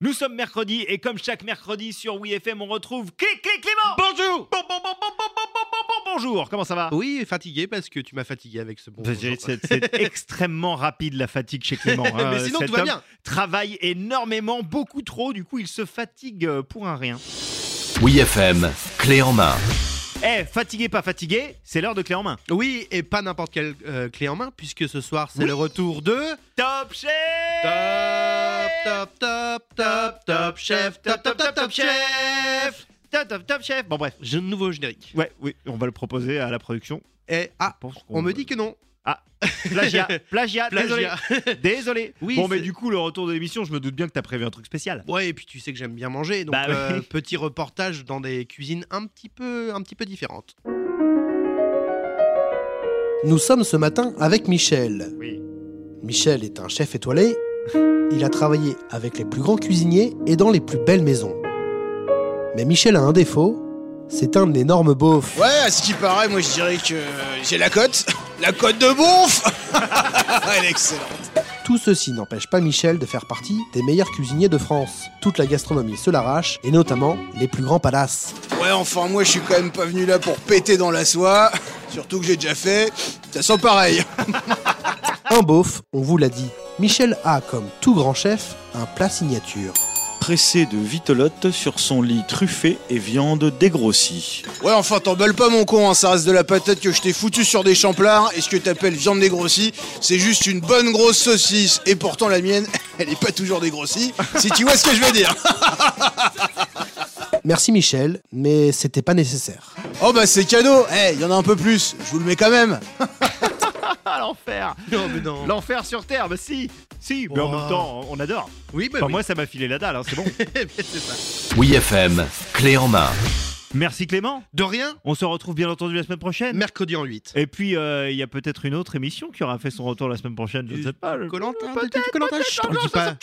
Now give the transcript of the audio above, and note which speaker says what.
Speaker 1: Nous sommes mercredi et comme chaque mercredi sur WeFM, on retrouve Clic Clic Clément
Speaker 2: Bonjour
Speaker 1: Bon, bon, bon, bon, bon, bon, bon, bon, bon, bonjour, comment ça va
Speaker 2: Oui, fatigué parce que tu m'as fatigué avec ce bon. bonjour.
Speaker 1: J'ai- C'est c'est extrêmement rapide la fatigue chez Clément. hein.
Speaker 2: Mais sinon
Speaker 1: Cet
Speaker 2: tout va
Speaker 1: homme
Speaker 2: bien.
Speaker 1: travaille énormément, beaucoup trop, du coup il se fatigue euh, pour un rien.
Speaker 3: Oui FM, clé en main.
Speaker 1: Eh, fatigué, pas fatigué, c'est l'heure de clé en main.
Speaker 2: Oui, et pas n'importe quelle euh, clé en main puisque ce soir c'est
Speaker 1: Oui.
Speaker 2: le retour de.
Speaker 1: Top chef
Speaker 2: Top, top, top, top, top chef, top, top, top, top chef.
Speaker 1: Top, top, top chef Bon bref,
Speaker 2: J'ai un nouveau générique.
Speaker 1: ouais, oui, on va le proposer à la production.
Speaker 2: Et ah,
Speaker 1: Je pense qu'on-
Speaker 2: on me dit que non.
Speaker 1: Plagiat, plagiat, désolé.
Speaker 2: Plagiat.
Speaker 1: Désolé.
Speaker 2: Oui,
Speaker 1: bon, mais
Speaker 2: c'est-
Speaker 1: du coup, le retour de l'émission, je me doute bien que t'as prévu un truc spécial.
Speaker 2: Ouais, et puis tu sais que j'aime bien manger, donc
Speaker 1: Bah oui.
Speaker 2: euh, petit reportage dans des cuisines un petit peu, un petit peu différentes.
Speaker 4: Nous sommes ce matin avec Michel.
Speaker 1: Oui.
Speaker 4: Michel est un chef étoilé. Il a travaillé avec les plus grands cuisiniers et dans les plus belles maisons. Mais Michel a un défaut, c'est un énorme beauf.
Speaker 5: Ouais, à ce qui paraît, moi je dirais que j'ai la cote. La cote de bonf Elle est excellente.
Speaker 4: Tout ceci n'empêche pas Michel de faire partie des meilleurs cuisiniers de France. Toute la gastronomie se l'arrache, et notamment les plus grands palaces.
Speaker 5: Ouais, enfin, moi je suis quand même pas venu là pour péter dans la soie. Surtout que j'ai déjà fait. Ça sent pareil.
Speaker 4: Un beauf, on vous l'a dit. Michel a, comme tout grand chef, un plat signature.
Speaker 6: pressé de vitelotte sur son lit truffé et viande dégrossie.
Speaker 5: Ouais, enfin, t'emballes pas mon con, hein, ça reste de la patate que je t'ai foutu sur des champlards. Et ce que t'appelles viande dégrossie, c'est juste une bonne grosse saucisse. Et pourtant, la mienne, elle est pas toujours dégrossie. Si tu vois ce que je veux dire.
Speaker 4: Merci Michel, mais c'était pas nécessaire.
Speaker 5: Oh bah, c'est cadeau. Eh, il y en a un peu plus. Je vous le mets quand même.
Speaker 1: Ah, l'enfer
Speaker 2: Non, mais non.
Speaker 1: L'enfer sur Terre, bah si Si, mais en
Speaker 2: Oh.
Speaker 1: même temps, on adore.
Speaker 2: Oui, bah
Speaker 1: Enfin,
Speaker 2: oui.
Speaker 1: moi, ça m'a filé la dalle, hein, c'est bon.
Speaker 2: C'est ça.
Speaker 3: Oui FM, clé en main.
Speaker 1: Merci Clément.
Speaker 2: De rien.
Speaker 1: On se retrouve bien entendu la semaine prochaine.
Speaker 2: Mercredi en 8.
Speaker 1: Et puis, euh, il y a peut-être une autre émission qui aura fait son retour la semaine prochaine, je ne sais pas. je-
Speaker 2: Colantin,
Speaker 1: Peut-être,
Speaker 2: Colantin, je t'en dis pas.